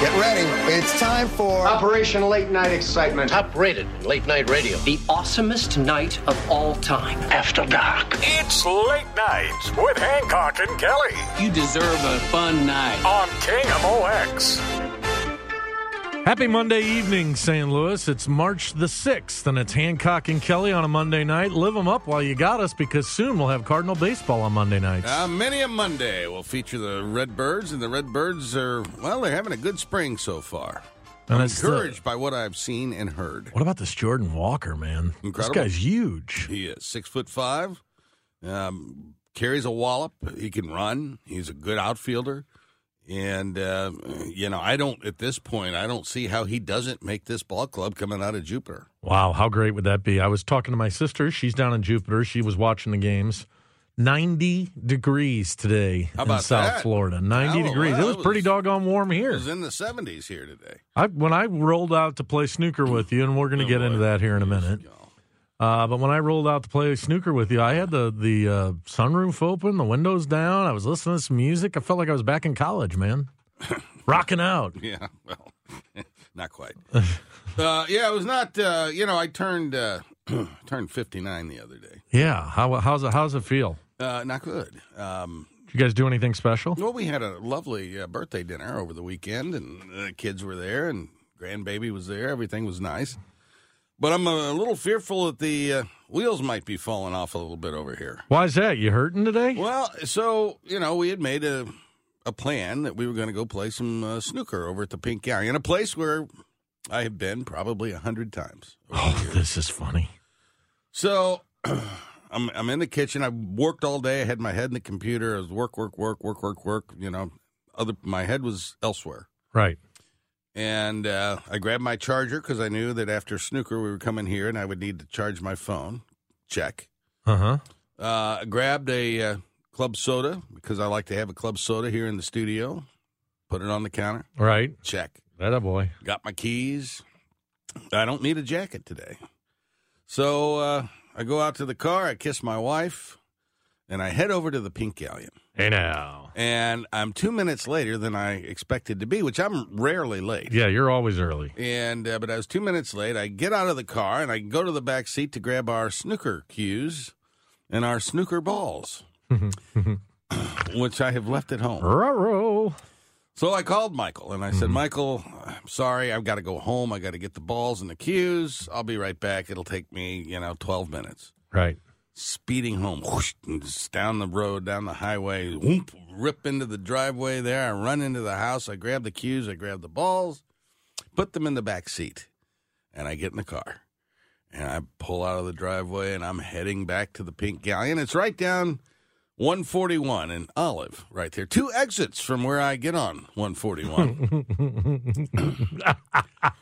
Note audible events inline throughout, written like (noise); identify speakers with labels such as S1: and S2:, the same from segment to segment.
S1: Get ready. It's time for
S2: Operation Late Night Excitement.
S3: Top rated in late night radio. The awesomest night of all time. After dark.
S4: It's late nights with Hancock and Kelly
S5: You deserve a fun night.
S4: on KMOX.
S6: Happy Monday evening, St. Louis. It's March the 6th, and it's Hancock and Kelly on a Monday night. Live them up while you got us because soon we'll have Cardinal baseball on Monday nights.
S7: Uh, many a Monday will feature the Redbirds, and the Redbirds are, well, they're having a good spring so far.
S6: and
S7: I'm
S6: it's the-
S7: encouraged by what I've seen and heard.
S6: what about this Jordan Walker, man?
S7: Incredible.
S6: This guy's huge.
S7: He is six foot five, um, carries a wallop. He can run. He's a good outfielder. And, uh, you know, I don't, at this point, I don't see how he doesn't make this ball club coming out of Jupiter.
S6: Wow, how great would that be? I was talking to my sister. She's down in Jupiter. She was watching the games. 90 degrees today
S7: How
S6: in
S7: about
S6: South
S7: that?
S6: Florida. 90
S7: Oh,
S6: degrees.
S7: wow,
S6: it was
S7: that
S6: pretty
S7: was-
S6: doggone warm
S7: It
S6: here.
S7: was in the 70s here today.
S6: I, when I rolled out to play snooker with you, and we're
S7: Oh,
S6: going to get into that here in a minute. Uh, but when I rolled out to play snooker with you, I had the the uh, sunroof open, the windows down. I was listening to some music. I felt like I was back in college, man. Rocking out.
S7: (laughs) Yeah, well, not quite. uh, yeah, it was not. Uh, you know, I turned uh, (clears throat) turned fifty nine the other day.
S6: Yeah. How how's it how's it feel?
S7: Uh, not good. Um,
S6: Did you guys do anything special?
S7: well, we had a lovely uh, birthday dinner over the weekend, and the kids were there, and grandbaby was there. Everything was nice, but I'm a little fearful that the uh, wheels might be falling off a little bit over here.
S6: Why is that? You hurting today?
S7: Well, so you know, we had made a a plan that we were going to go play some uh, snooker over at the Pink Alley in a place where I have been probably a hundred times.
S6: Oh, this is funny.
S7: So (clears throat) I'm I'm in the kitchen. I worked all day. I had my head in the computer. I was work, work, work, work, work, work. You know, other my head was elsewhere.
S6: Right.
S7: And uh, I grabbed my charger because I knew that after snooker we were coming here and I would need to charge my phone. Check.
S6: Uh huh.
S7: Uh, I grabbed a uh, club soda because I like to have a club soda here in the studio. Put it on the counter.
S6: Right.
S7: Check.
S6: That a boy.
S7: Got my keys. I don't need a jacket today. So uh, I go out to the car, I kiss my wife, and I head over to the Pink Galleon.
S6: Hey now.
S7: And I'm two minutes later than I expected to be, which I'm rarely late.
S6: Yeah, you're always early.
S7: And uh, but I was two minutes late. I get out of the car and I go to the back seat to grab our snooker cues and our snooker balls, which I have left at home.
S6: Ruh-roh.
S7: So I called Michael and I said, Michael, I'm sorry. I've got to go home. I got to get the balls and the cues. I'll be right back. It'll take me, you know, 12 minutes.
S6: Right.
S7: Speeding home, whoosh, and just down the road, down the highway, whoomp, rip into the driveway there. I run into the house. I grab the cues. I grab the balls, put them in the back seat, and I get in the car. And I pull out of the driveway and I'm heading back to the Pink Galleon. It's right down 141 and Olive right there. Two exits from where I get on 141.
S6: (laughs)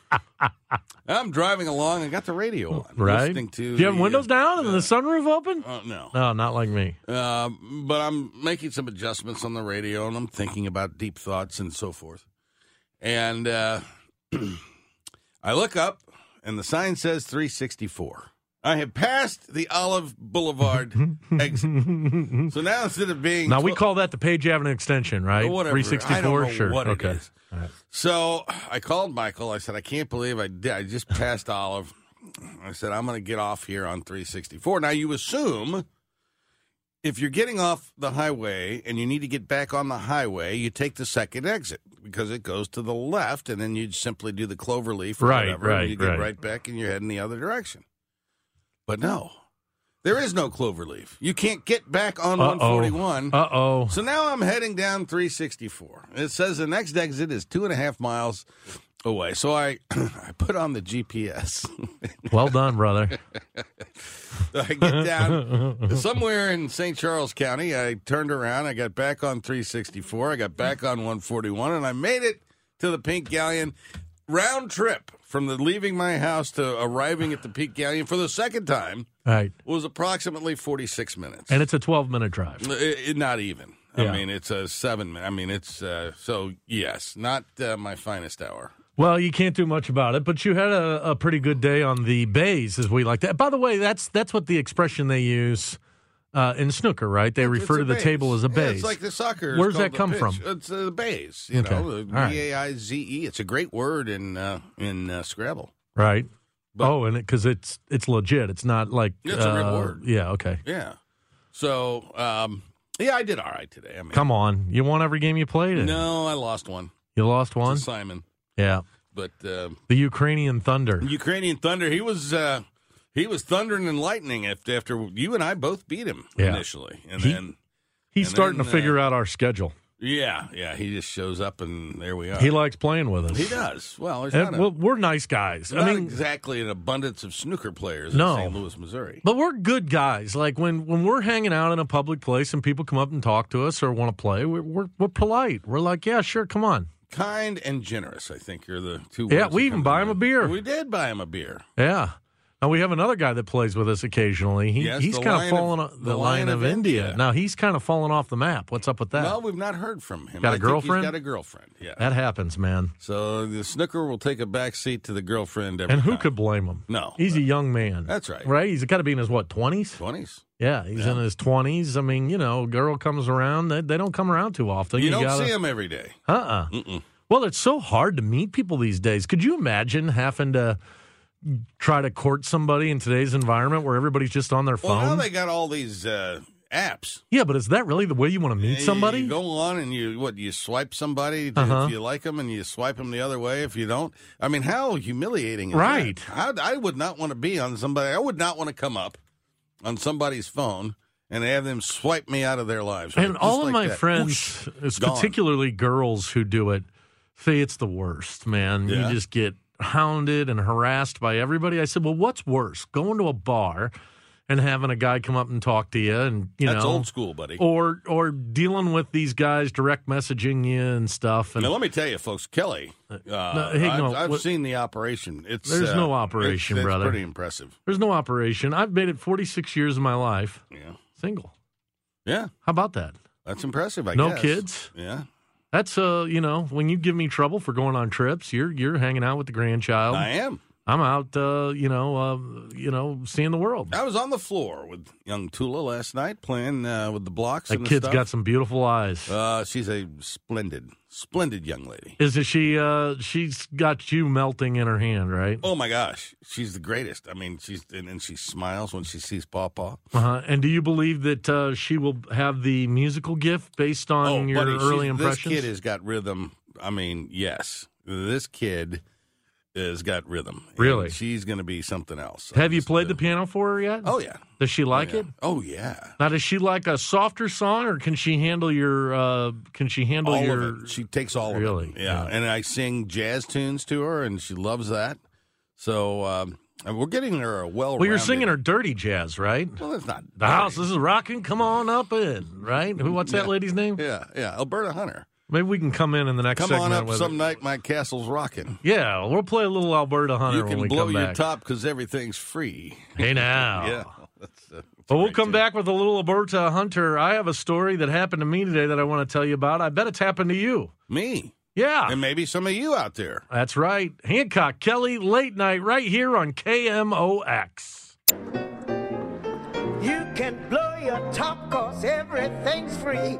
S7: I'm driving along. I got the radio on.
S6: Right.
S7: Listening to
S6: Do you have
S7: the, uh,
S6: windows down and the sunroof open?
S7: Oh, no.
S6: No, not like me. (laughs)
S7: Um, but I'm making some adjustments on the radio and I'm thinking about deep thoughts and so forth. And uh, (clears throat) I look up and the sign says 364. I have passed the
S6: (laughs)
S7: Olive Boulevard exit. So now instead of being.
S6: Now we
S7: tw-
S6: call that the Page Avenue extension, right?
S7: Whatever.
S6: Three sixty
S7: I don't
S6: four.
S7: know
S6: Sure.
S7: what it
S6: okay.
S7: is. So I called Michael. I said, I can't believe I did. I just passed Olive. I said, I'm going to get off here on 364. Now, you assume if you're getting off the highway and you need to get back on the highway, you take the second exit because it goes to the left, and then you simply do the clover leaf or
S6: Right,
S7: whatever.
S6: right,
S7: and you get
S6: right.
S7: right. back and you're heading the other direction. But no, there is no clover leaf. You can't get back on 141.
S6: Uh oh.
S7: So now I'm heading down 364. It says the next exit is two and a half miles away. So I, (clears throat) I put on the GPS.
S6: Well done, brother.
S7: (laughs) I get down somewhere in St. Charles County. I turned around. I got back on 364. I got back on 141, and I made it to the Pink Galleon round trip from the leaving my house to arriving at the Pink Galleon for the second time
S6: All right.
S7: was approximately 46 minutes.
S6: And it's a twelve minute drive.
S7: It, it- not even.
S6: Yeah.
S7: I mean, it's a seven. min- I mean, it's uh, so yes, not uh, my finest hour.
S6: Well, you can't do much about it, but you had a, a pretty good day on the bays, as we like that. By the way, that's that's what the expression they use uh, in snooker, right? They
S7: It's
S6: refer
S7: a
S6: to the
S7: base.
S6: table as a
S7: Yeah,
S6: base.
S7: it's like the soccer. is
S6: Where's
S7: called
S6: that
S7: the
S6: come
S7: pitch.
S6: from?
S7: It's uh, the base. You
S6: Okay.
S7: know,
S6: All right.
S7: B A I Z E. It's a great word in uh, in uh, Scrabble.
S6: right.
S7: But-
S6: oh, and because it's it's legit. It's not like
S7: It's a real
S6: uh,
S7: word.
S6: Yeah. Okay.
S7: Yeah. So, um, yeah, I did all right today. I mean,
S6: Come on, you won every game you played. In.
S7: no, I lost one.
S6: You lost
S7: to
S6: one.
S7: Simon,
S6: Yeah.
S7: but uh,
S6: The Ukrainian Thunder.
S7: Ukrainian Thunder. He was uh, he was thundering and lightning after, after you and I both beat him
S6: Yeah.
S7: initially, and
S6: He-
S7: then
S6: He's
S7: and
S6: starting
S7: then, uh,
S6: to figure out our schedule.
S7: yeah, yeah, he just shows up, and there we are.
S6: He likes playing with us.
S7: He does well. There's
S6: And
S7: not, a-
S6: well, we're nice guys.
S7: not
S6: I mean,
S7: exactly an abundance of snooker players
S6: No.
S7: in St. Louis, Missouri.
S6: But we're good guys. Like when when we're hanging out in a public place and people come up and talk to us or want to play, we're, we're we're polite. We're like, yeah, sure, come on.
S7: Kind and generous, I think, are the two.
S6: Yeah,
S7: words
S6: we
S7: that
S6: even
S7: come to
S6: buy him a
S7: mind.
S6: beer.
S7: We did buy him a beer.
S6: Yeah. Now we have another guy that plays with us occasionally. He,
S7: Yes,
S6: he's
S7: the
S6: kind of
S7: Lion
S6: fallen
S7: of-
S6: o-
S7: the Lion of India.
S6: Now he's kind of fallen off the map. What's up with that?
S7: Well, we've not heard from him.
S6: Got a
S7: I think
S6: girlfriend?
S7: He's got a girlfriend. Yeah.
S6: that happens, man.
S7: so the snooker will take a back seat to the girlfriend. Every
S6: And who
S7: time.
S6: could blame him?
S7: No.
S6: He's a young man.
S7: That's right.
S6: Right? He's got to be in his what, 20s?
S7: Twenties.
S6: Yeah, he's in his 20s. I mean, you know, girl comes around, they, they don't come around too often.
S7: You, don't
S6: gotta-
S7: see him every day.
S6: Uh uh Well, it's so hard to meet people these days. Could you imagine having to try to court somebody in today's environment where everybody's just on their
S7: Well, now
S6: phone?
S7: they got all these uh, apps.
S6: yeah, but is that really the way you want to meet
S7: You-
S6: somebody?
S7: you go on and you what you swipe somebody to-
S6: Uh-huh.
S7: if you like them, and you swipe them the other way if you don't. I mean, how humiliating! Is that?
S6: Right.
S7: How- I would not want to be on somebody. I would not want to come up on somebody's phone and have them swipe me out of their lives. right?
S6: and
S7: Just
S6: all of
S7: like
S6: my
S7: that. Whoosh.
S6: friends, it's
S7: gone.
S6: particularly girls who do it, say it's the worst, man.
S7: Yeah.
S6: You just get hounded and harassed by everybody. I said, well, what's worse? Going to a bar and having a guy come up and talk to you and, you
S7: That's
S6: know.
S7: old school, buddy.
S6: Or or dealing with these guys direct messaging you and stuff and
S7: Now let me tell you, folks. Kelly, uh,
S6: hey,
S7: I've,
S6: no,
S7: I've
S6: what-
S7: seen the operation. It's
S6: There's
S7: uh,
S6: no operation,
S7: it's, it's
S6: brother.
S7: Pretty impressive.
S6: There's no operation. I've made it 46 years of my life
S7: Yeah,
S6: single.
S7: yeah,
S6: How about that?
S7: that's impressive. I
S6: no
S7: guess.
S6: kids.
S7: Yeah,
S6: That's uh, you know, when you give me trouble for going on trips, you're you're hanging out with the grandchild.
S7: I am.
S6: I'm out, uh, you know, uh, you know, seeing the world.
S7: I was on the floor with young Tula last night playing uh, with the blocks.
S6: That
S7: and
S6: kid's
S7: the
S6: got
S7: stuff.
S6: some beautiful eyes.
S7: Uh, she's a splendid, splendid young lady.
S6: Isn't she? Uh, she's got you melting in her hand, right?
S7: Oh my gosh, she's the greatest. I mean, she's and, and she smiles when she sees Paw Paw.
S6: Uh-huh. And do you believe that uh, she will have the musical gift based on
S7: Oh,
S6: your
S7: buddy, she's-
S6: early impressions?
S7: This kid has got rhythm. I mean, yes, this kid has got rhythm. And
S6: Really?
S7: she's going to be something else.
S6: have
S7: I
S6: you
S7: just,
S6: played
S7: uh,
S6: the piano for her yet?
S7: Oh yeah,
S6: Does she like
S7: yeah.
S6: it?
S7: Oh yeah,
S6: Now, does she like a softer song, or can she handle your? Uh, can she handle
S7: all
S6: your?
S7: of it. She takes all
S6: Really?
S7: of it.
S6: Yeah.
S7: Yeah. and I sing jazz tunes to her, and she loves that. So um, and we're getting her a well.
S6: well, you're singing her dirty jazz, right?
S7: Well, that's not
S6: The house is rocking. Come on up in, right? Who? What's that lady's name?
S7: Yeah, yeah, Alberta Hunter.
S6: Maybe we can come in in the next
S7: Come
S6: segment.
S7: on up
S6: with
S7: some
S6: it.
S7: night. My castle's rocking.
S6: Yeah, we'll play a little Alberta Hunter
S7: You
S6: when
S7: can
S6: we
S7: blow
S6: come
S7: your
S6: back.
S7: top because everything's free.
S6: Hey now.
S7: (laughs) Yeah, that's, uh, that's
S6: Well, we'll
S7: great
S6: come
S7: tune.
S6: back with a little Alberta Hunter. I have a story that happened to me today that I want to tell you about. I bet it's happened to you.
S7: Me.
S6: Yeah.
S7: and maybe some of you out there.
S6: That's right. Hancock Kelly, late night, right here on KMOX.
S8: You can blow your top cause everything's free.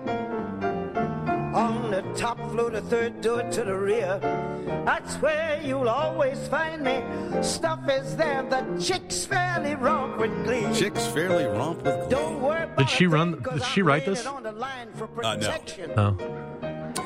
S8: On the top floor, the third door to the rear. That's where you'll always find me. Stuff is there, the chicks fairly romp with glee.
S7: Chicks fairly romp with glee.
S8: Don't worry about
S6: Did she
S8: a
S6: run-
S8: thing, 'cause
S6: did she
S8: I'm
S6: write
S8: leaning
S6: this?
S8: on the line for
S7: Uh, no.
S8: protection.
S6: Oh.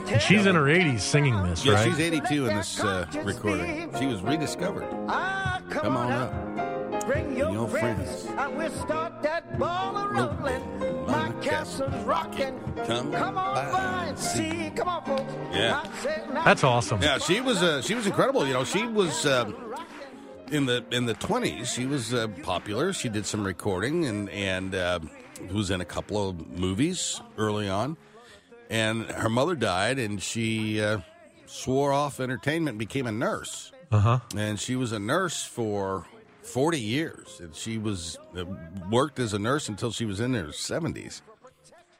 S8: Tell
S6: She's in her
S8: the
S6: 80s singing this,
S7: Yeah,
S6: right?
S7: she's 82 in this uh, recording. She was rediscovered.
S8: Ah, come,
S7: Come on
S8: on
S7: up.
S8: Bring your,
S7: your
S8: friends,
S7: friends.
S8: and we'll start that ball a rolling. My, castle's rocking.
S7: Come
S8: on
S7: by
S8: by
S7: and
S8: and see. Come on, folks.
S7: Yeah.
S8: I said, now-
S6: That's awesome.
S7: Yeah, she was uh, she was incredible. You know, she was uh, in the in the twenties. She was uh, popular. She did some recording and and uh, was in a couple of movies early on. And her mother died, and she uh, swore off entertainment, and became a nurse.
S6: Uh-huh.
S7: and she was a nurse for 40 years and she was uh, worked as a nurse until she was in her 70s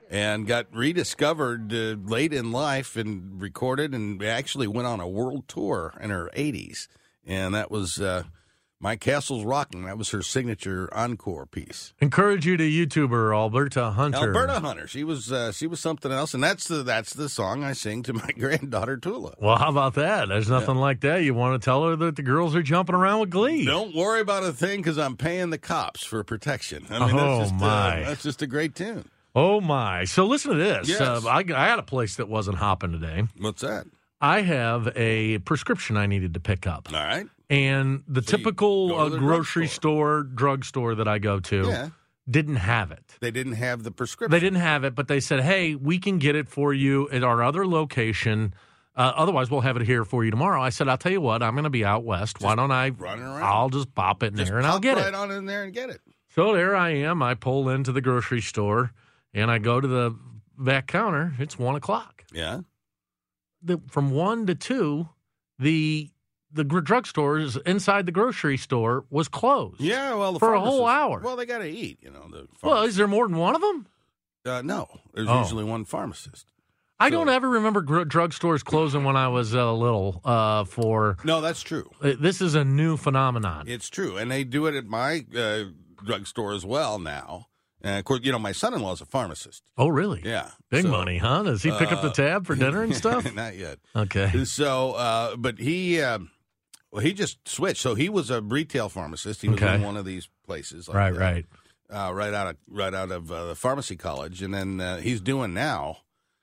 S7: and got rediscovered uh, late in life and recorded and actually went on a world tour in her 80s and that was uh, My Castle's Rocking. That was her signature encore piece.
S6: Encourage you to YouTuber Alberta Hunter.
S7: Alberta Hunter. She was uh, she was something else, and that's the that's the song I sing to my (laughs) granddaughter Tula.
S6: Well, how about that? There's nothing like that. You want to tell her that the girls are jumping around with glee.
S7: Don't worry about a thing because I'm paying the cops for protection. I mean,
S6: Oh,
S7: that's just,
S6: my.
S7: Uh, that's just a great tune.
S6: Oh my! So listen to this. Uh,
S7: Yes.
S6: I, I had a place that wasn't hopping today.
S7: What's that?
S6: I have a prescription I needed to pick up,
S7: All right.
S6: and the
S7: So you
S6: typical
S7: go to
S6: uh,
S7: the
S6: grocery store,
S7: drugstore.
S6: drugstore that I go to
S7: Yeah.
S6: didn't have it.
S7: They didn't have the prescription.
S6: Oh. They didn't have it, but they said, "Hey, we can get it for you at our other location. Uh, otherwise, we'll have it here for you tomorrow." I said, "I'll tell you what. I'm going to be out west. Why don't I?
S7: running around.
S6: I'll just pop it in
S7: Just
S6: there and I'll
S7: pop
S6: get
S7: right
S6: it."
S7: on in there and get it.
S6: So there I am. I pull into the grocery store and I go to the back counter. It's one o'clock.
S7: Yeah.
S6: The, from one to two, the the gr- drugstores inside the grocery store was closed.
S7: Yeah. Well, the
S6: For a whole hour.
S7: pharmacist- Well, they got to eat. You know. The
S6: Well, is there more than one of them?
S7: uh, no, there's
S6: Oh.
S7: usually one pharmacist.
S6: I
S7: So-
S6: don't ever remember gr- drugstores closing when I was uh, little. Uh, for
S7: No, that's true.
S6: uh, this is a new phenomenon.
S7: It's true, and they do it at my uh, drugstore as well now. And of course, you know, my son-in-law's a pharmacist.
S6: oh, really?
S7: Yeah,
S6: Big
S7: so-
S6: money, huh? Does he pick up the
S7: uh,
S6: tab for dinner
S7: (laughs)
S6: and stuff?
S7: Not yet.
S6: Okay.
S7: So, uh, but he, uh, well, he just switched. So he was a retail pharmacist. He was
S6: Okay.
S7: in one of these places, like
S6: Right,
S7: that,
S6: right.
S7: uh, right out of right out of uh, the pharmacy college, and then uh, he's doing now.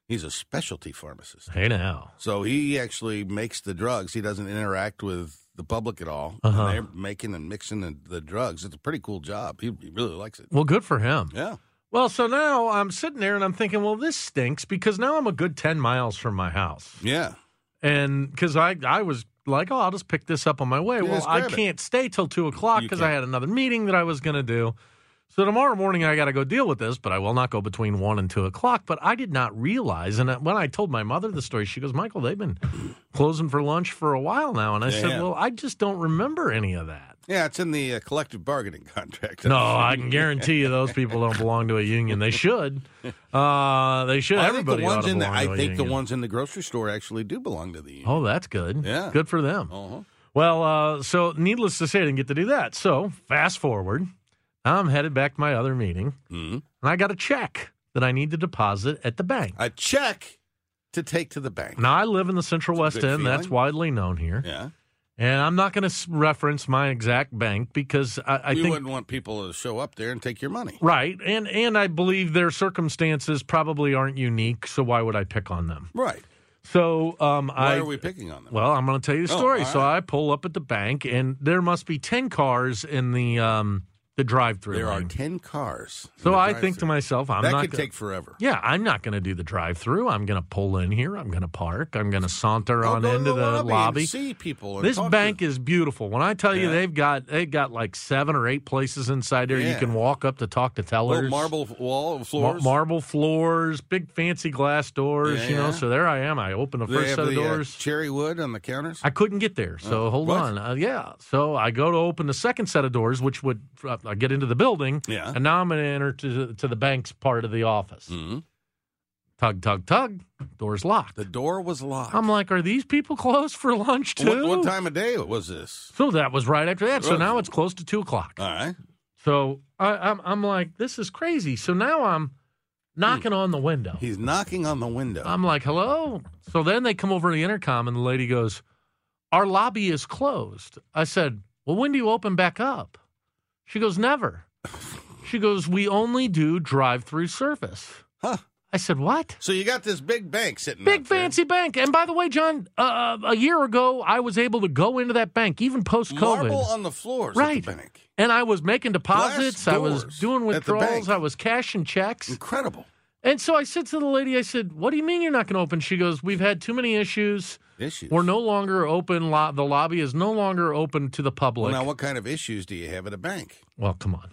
S7: He's a specialty pharmacist.
S6: Hey now.
S7: So he actually makes the drugs. He doesn't interact with the public at all.
S6: Uh-huh.
S7: And they're making and mixing the, the drugs. It's a pretty cool job. He, he really likes it.
S6: Well, good for him.
S7: Yeah.
S6: Well, so now I'm sitting there and I'm thinking, well, this stinks because now I'm a good 10 miles from my house.
S7: Yeah.
S6: And because I, I was like, oh, I'll just pick this up on my way.
S7: Yeah,
S6: well,
S7: just
S6: I
S7: grab it.
S6: can't stay till two o'clock
S7: You
S6: because I
S7: can't.
S6: had another meeting that I was going to do. So tomorrow morning, I got to go deal with this, but I will not go between one and two o'clock. But I did not realize. And when I told my mother the story, she goes, Michael, they've been closing for lunch for a while now. And I
S7: They
S6: said,
S7: have.
S6: well, I just don't remember any of that.
S7: (laughs) Yeah, it's in the uh, collective bargaining (laughs) contract.
S6: No, I can guarantee you those people don't belong to a union. They
S7: (laughs)
S6: should. Uh, they should.
S7: I think the
S6: Everybody ought
S7: ones
S6: to
S7: in the,
S6: belong
S7: I
S6: to a
S7: think the
S6: union.
S7: ones in the grocery store actually do belong to the union.
S6: Oh, that's good.
S7: Yeah.
S6: Good for them.
S7: Uh-huh.
S6: Well, uh, so needless to say, I didn't get to do that. So fast forward, I'm headed back to my other meeting,
S7: Mhm.
S6: and I got a check that I need to deposit at the bank.
S7: A check to take to the bank.
S6: Now, I live in the Central
S7: That's a
S6: West
S7: good
S6: End. That's
S7: feeling.
S6: widely known here.
S7: Yeah.
S6: And I'm not going to reference my exact bank because I, I
S7: we
S6: think
S7: wouldn't want people to show up there and take your money.
S6: Right, and and I believe their circumstances probably aren't unique, so why would I pick on them?
S7: Right.
S6: So um,
S7: Why
S6: I
S7: are we picking on them?
S6: well, I'm going to tell you the
S7: Oh,
S6: story.
S7: all
S6: so
S7: right.
S6: I pull up at the bank, and there must be ten cars in the um the drive-through.
S7: there are
S6: line.
S7: 10 cars. in
S6: So
S7: the
S6: I think to
S7: drive-thru.
S6: myself, I'm
S7: that
S6: not
S7: could
S6: gonna-
S7: take forever.
S6: Yeah, I'm not going to do the drive-through. I'm going to pull in here. I'm going to park. I'm going to saunter
S7: I'll
S6: on
S7: go to
S6: into the
S7: and
S6: lobby.
S7: see people. and
S6: This
S7: talk to
S6: bank is beautiful. When I tell you
S7: Yeah.
S6: they've got they've got like seven or eight places inside there you
S7: Yeah.
S6: can walk up to talk to tellers.
S7: Little marble wall
S6: Mar-
S7: floors.
S6: marble floors, big fancy glass doors,
S7: Yeah,
S6: you know.
S7: yeah.
S6: So there I am. I open the
S7: They
S6: first
S7: have
S6: set of
S7: the, uh,
S6: doors.
S7: cherry wood on the counters.
S6: I couldn't get there. So
S7: Oh,
S6: hold
S7: what?
S6: on. Uh, yeah. So I go to open the second set of doors, which would uh, I get into the building.
S7: Yeah.
S6: And now I'm going to enter to, to the bank's part of the office.
S7: Mhm.
S6: Tug, tug, tug. Door's locked.
S7: The door was locked.
S6: I'm like, are these people closed for lunch too?
S7: what, what time of day was this?
S6: So that was right after that. So
S7: Right.
S6: now it's close to two o'clock.
S7: All right.
S6: So I, I'm, I'm like, this is crazy. So now
S7: Hmm.
S6: I'm knocking on the window.
S7: He's knocking on the window.
S6: I'm like, hello. So then they come over to the intercom, and the lady goes, Our lobby is closed. I said, Well, when do you open back up? She goes, Never. She goes, We only do drive through service.
S7: Huh.
S6: I said, What?
S7: so you got this big bank sitting
S6: Big
S7: out there.
S6: fancy bank. And by the way, John, uh, a year ago, I was able to go into that bank, even post COVID.
S7: marble on the floors
S6: Right.
S7: at the bank.
S6: and I was making deposits. I was
S7: doors
S6: doing
S7: at the
S6: withdrawals.
S7: bank.
S6: I was cashing checks.
S7: Incredible.
S6: And so I said to the lady, I said, What do you mean you're not going to open? She goes, We've had too many issues.
S7: Issues.
S6: We're no longer open. Lo- the lobby is no longer open to the
S7: well,
S6: public.
S7: now, what kind of issues do you have at a bank?
S6: well, come on.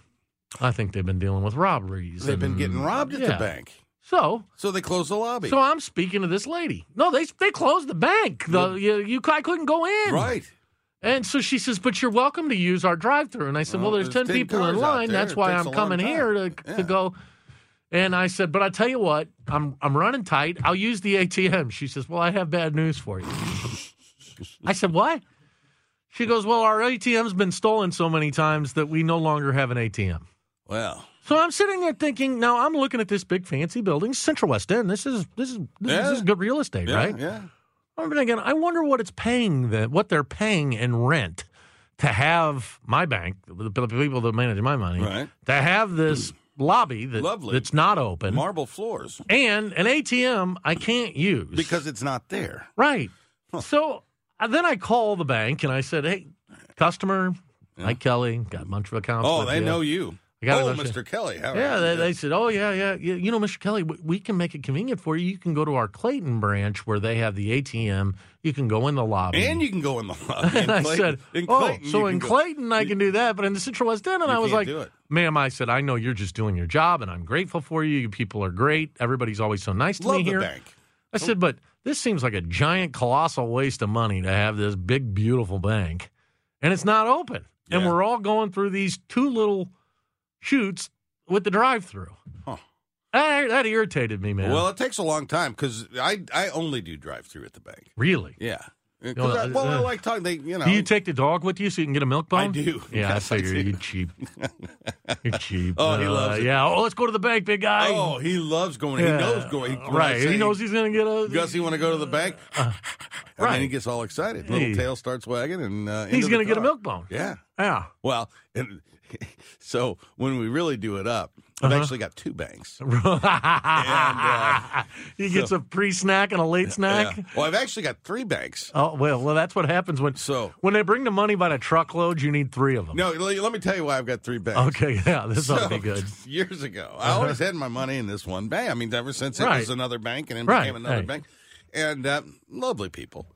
S6: I think they've been dealing with robberies.
S7: They've been
S6: and-
S7: getting robbed at
S6: Mm, yeah.
S7: the bank.
S6: So,
S7: So they closed the lobby.
S6: so I'm speaking to this lady. No, they they closed the bank. The you, you I couldn't go in.
S7: right.
S6: And so she says, "But you're welcome to use our drive-through." And I said, "Well,
S7: Well,
S6: there's,
S7: there's
S6: 10
S7: 10
S6: people in
S7: cars out
S6: line.
S7: there.
S6: That's
S7: It
S6: why
S7: takes
S6: I'm
S7: a long
S6: coming here to,
S7: time.
S6: to
S7: Yeah.
S6: go." And I said, "But I tell you what, I'm I'm running tight. I'll use the ATM." She says, "Well, I have bad news for you." I said, "What?" She goes, Well, our ATM's been stolen so many times that we no longer have an ATM.
S7: Well,
S6: So I'm sitting there thinking, now I'm looking at this big fancy building, Central West End. This is this is this,
S7: Yeah.
S6: is good real estate,
S7: yeah,
S6: right?
S7: yeah.
S6: I'm thinking, I wonder what it's paying that what they're paying in rent to have my bank, the the people that manage my money,
S7: Right.
S6: to have
S7: (clears throat)
S6: this lobby that,
S7: Lovely.
S6: that's not open
S7: Marble floors
S6: and an ATM I can't use
S7: because it's not there.
S6: Right. So uh, then I call the bank and I said, "Hey, customer, Mike Kelly got a bunch of accounts."
S7: Oh,
S6: with
S7: they
S6: you."
S7: know you.
S6: I gotta
S7: oh,
S6: go
S7: Mr.
S6: see-
S7: Kelly. How
S6: Yeah,
S7: are
S6: they,
S7: you?
S6: they said, "Oh yeah, yeah, you, you know, Mr. Kelly, w- we can make it convenient for you. You can go to our Clayton branch where they have the ATM. You can go in the lobby."
S7: and you can
S6: (laughs)
S7: go in the (laughs) lobby.
S6: and
S7: In
S6: I said,
S7: Clayton- in
S6: "Oh,
S7: Clayton,
S6: so
S7: you
S6: in
S7: go-
S6: Clayton I can do that, but in the Central West End." And I was
S7: can't
S6: like,
S7: do it.
S6: "Ma'am, I said I know you're just doing your job, and I'm grateful for you. You people are great. Everybody's always so nice to
S7: Love
S6: me
S7: the
S6: here."
S7: bank.
S6: I said, but this seems like a giant, colossal waste of money to have this big, beautiful bank, and it's not open, and
S7: Yeah.
S6: we're all going through these two little chutes with the drive-through.
S7: Huh.
S6: That, that irritated me, man.
S7: Well, it takes a long time because I I only do drive through at the bank.
S6: really.
S7: Yeah. 'Cause
S6: know,
S7: I, well, I
S6: uh,
S7: like talking. They, you know,
S6: Do you take the dog with you so you can get a milk bone?
S7: I do.
S6: Yeah,
S7: Yes, I
S6: I figure
S7: do.
S6: you're
S7: (laughs)
S6: cheap. You're cheap.
S7: Oh, he loves it.
S6: Yeah. Oh, let's go to the bank, big guy.
S7: oh, he loves going.
S6: Yeah.
S7: He knows going. when I
S6: Right.
S7: say,
S6: He knows he's going to get a.
S7: Gus, you want to go to
S6: (laughs)
S7: the bank? and
S6: right.
S7: then he gets all excited.
S6: Hey.
S7: Little tail starts wagging, and uh,
S6: he's
S7: going to
S6: get a milk bone.
S7: Yeah. (laughs)
S6: Yeah.
S7: Well, and so when we really do it up, I've
S6: Uh-huh.
S7: actually got two banks.
S6: (laughs) he gets a pre-snack and a late snack.
S7: uh, Yeah. Well, I've actually got three banks.
S6: Oh well, well that's what happens when
S7: So-
S6: when they bring the money by the truckload. You need three of them.
S7: No, let let me tell you why I've got three banks.
S6: Okay, (laughs) yeah, this ought to be
S7: (laughs) So,
S6: good. Uh-huh.
S7: Years ago, I always had my money in this one bank. I mean, ever since it
S6: Right.
S7: was another bank and then
S6: Right,
S7: became another
S6: hey.
S7: bank, and uh, lovely people.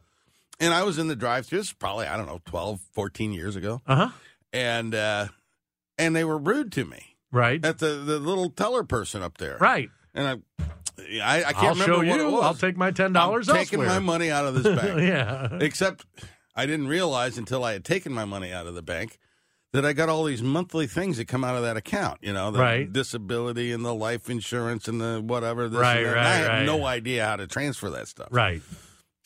S7: And I was in the drive-thru. This is probably I don't know 12, 14 years ago,
S6: Uh huh.
S7: and uh, and they were rude to me
S6: Right.
S7: at the the little teller person up there.
S6: right.
S7: And I I, I can't
S6: I'll
S7: remember
S6: show
S7: what it
S6: you.
S7: was.
S6: I'll take my ten
S7: I'm
S6: dollars
S7: Taking
S6: elsewhere.
S7: my money out of
S6: (laughs)
S7: this bank.
S6: yeah.
S7: Except I didn't realize until I had taken my money out of the bank that I got all these monthly things that come out of that account, you know, the
S6: Right.
S7: disability and the life insurance and the whatever. This
S6: Right,
S7: and that. And
S6: right,
S7: I had
S6: right.
S7: no idea how to transfer that stuff.
S6: Right.